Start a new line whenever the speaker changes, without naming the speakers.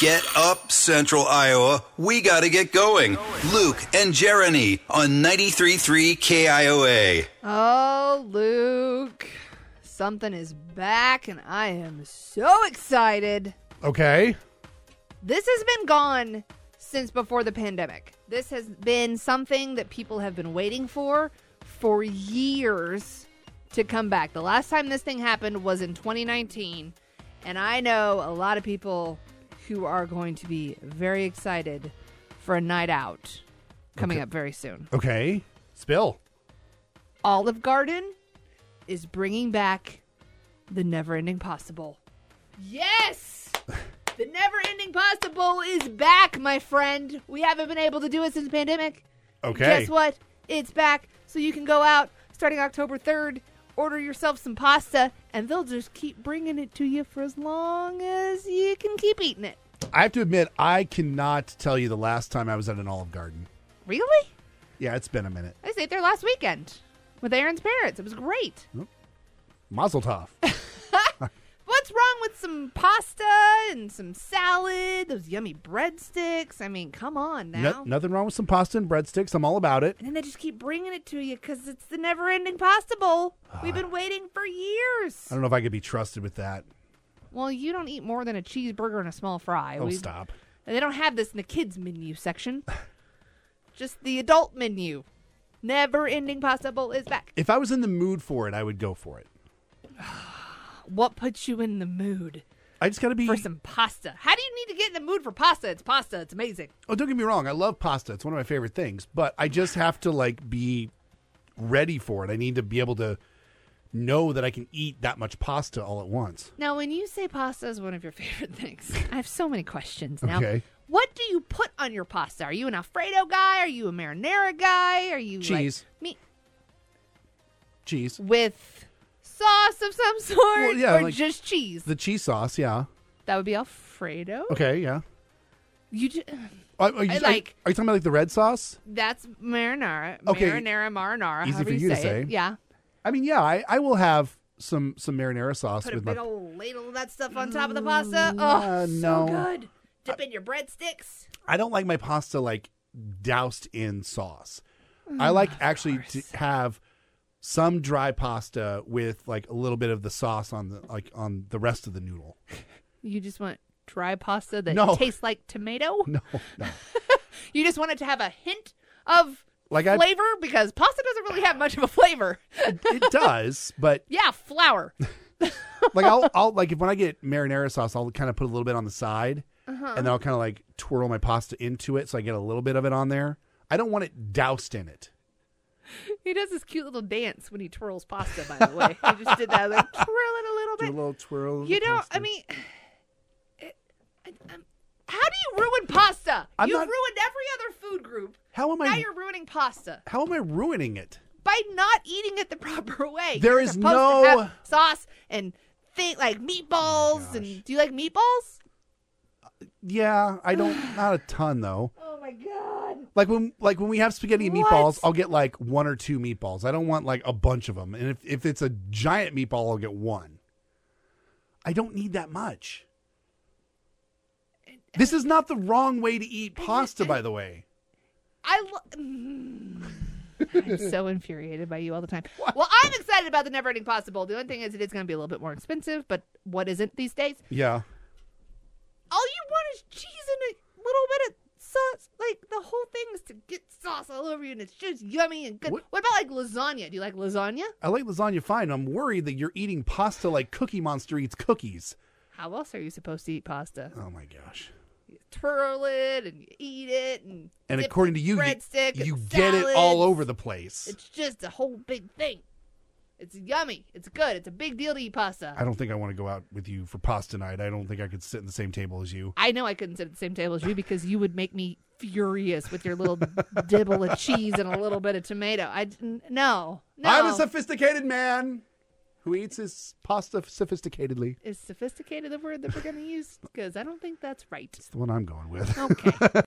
Get up, Central Iowa. We got to get going. Luke and Jeremy on 93.3 KIOA.
Oh, Luke. Something is back, and I am so excited.
Okay.
This has been gone since before the pandemic. This has been something that people have been waiting for for years to come back. The last time this thing happened was in 2019, and I know a lot of people who are going to be very excited for a night out coming up very soon.
Okay. Spill.
Olive Garden is bringing back the Never Ending Possible. Yes! the Never Ending Possible is back, my friend. We haven't been able to do it since the pandemic.
Okay.
Guess what? It's back. So you can go out starting October 3rd, order yourself some pasta, and they'll just keep bringing it to you for as long as you can keep eating it.
I have to admit, I cannot tell you the last time I was at an Olive Garden.
Really?
Yeah, it's been a minute.
I just ate there last weekend with Aaron's parents. It was great.
Mazel tov.
What's wrong with some pasta and some salad? Those yummy breadsticks. I mean, come on now.
No- nothing wrong with some pasta and breadsticks. I'm all about it.
And then they just keep bringing it to you because it's the never-ending pasta bowl. We've been waiting for years.
Ah. I don't know if I could be trusted with that.
Well, you don't eat more than a cheeseburger and a small fry.
Oh,
We-
stop.
They don't have this in the kids menu section. just the adult menu. Never-ending pasta bowl is back.
If I was in the mood for it, I would go for it.
What puts you in the mood
I just got to be.
for some pasta? How do you need to get in the mood for pasta? It's pasta. It's amazing.
Oh, don't get me wrong. I love pasta. It's one of my favorite things, but I just have to like be ready for it. I need to be able to know that I can eat that much pasta all at once.
Now, when you say pasta is one of your favorite things, I have so many questions now.
Okay.
What do you put on your pasta? Are you an Alfredo guy? Are you a marinara guy? Are you like,
Cheese.
meat
Cheese.
with sauce of some sort,
Well, yeah,
or
like-
just cheese?
The cheese sauce, yeah.
that would be Alfredo.
Okay, yeah.
You ju-
Are, are you,
I
are you-
like-
are you talking about like the red sauce?
that's marinara.
Okay.
Marinara, marinara.
Easy
however
for you to
say it.
say.
Yeah.
I mean, yeah, I, I will have some some marinara sauce
Put a
with
big
my.
old ladle of that stuff on top of the pasta. Oh,
uh,
so
no.
good. Dip in your breadsticks.
I don't like my pasta like doused in sauce. I
Mm,
like actually to have some dry pasta with like a little bit of the sauce on the like on the rest of the noodle.
You just want dry pasta that
No.
tastes like tomato.
No, no.
You just wanted to have a hint of
Like I
flavor because pasta doesn't really have much of a flavor.
it does, but
yeah, flour.
like I'll I'll like if when I get marinara sauce, I'll kind of put a little bit on the side,
Uh-huh.
and then I'll kind of like twirl my pasta into it, so I get a little bit of it on there. I don't want it doused in it.
He does this cute little dance when he twirls pasta, by the way. he just did that, like, twirl it a little
Do a
bit.
little twirl. of
you
the
don't, I
pasta.
mean, it- I- I'm- how do you ruin pasta?
I'm
You've
not-
ruined every other food group.
how am
Now
I
you're ruining pasta
how am I ruining it?
by not eating it the proper way.
There
You're
is
supposed to
no- Oh
have sauce and thing like meatballs. and do you like meatballs?
Yeah, I don't. not a ton though.
Oh my god.
Like when like when we have spaghetti and
What?
meatballs, I'll get like one or two meatballs. I don't want like a bunch of them. And if if it's a giant meatball, I'll get one. I don't need that much. This is not the wrong way to eat pasta, by the way.
I lo- Mm. I'm so infuriated by you all the time. Well, I'm excited about the Never Ending Possible. The only thing is, it is going to be a little bit more expensive, but what isn't these days?
Yeah.
All you want is cheese and a little bit of sauce. Like the whole thing is to get sauce all over you, and it's just yummy and good. What,
What-
about like lasagna? Do you like lasagna?
I like lasagna fine. I'm worried that you're eating pasta like Cookie Monster eats cookies.
How else are you supposed to eat pasta?
Oh my gosh.
You twirl it and you eat it, and
And
dip
according
it
to
in
you, you,
breadstick and
you get it all
salads.
over the place.
It's just a whole big thing. It's yummy. It's good. It's a big deal to eat pasta.
I don't think I want to go out with you for pasta night. I don't think I could sit in the same table as you.
I know I couldn't sit at the same table as you because you would make me furious with your little dibble of cheese and a little bit of tomato. I d- n- no, no.
I'm a sophisticated man who eats his pasta sophisticatedly.
is sophisticated the word that we're going to use? Because I don't think that's right.
It's the one I'm going with.
Okay.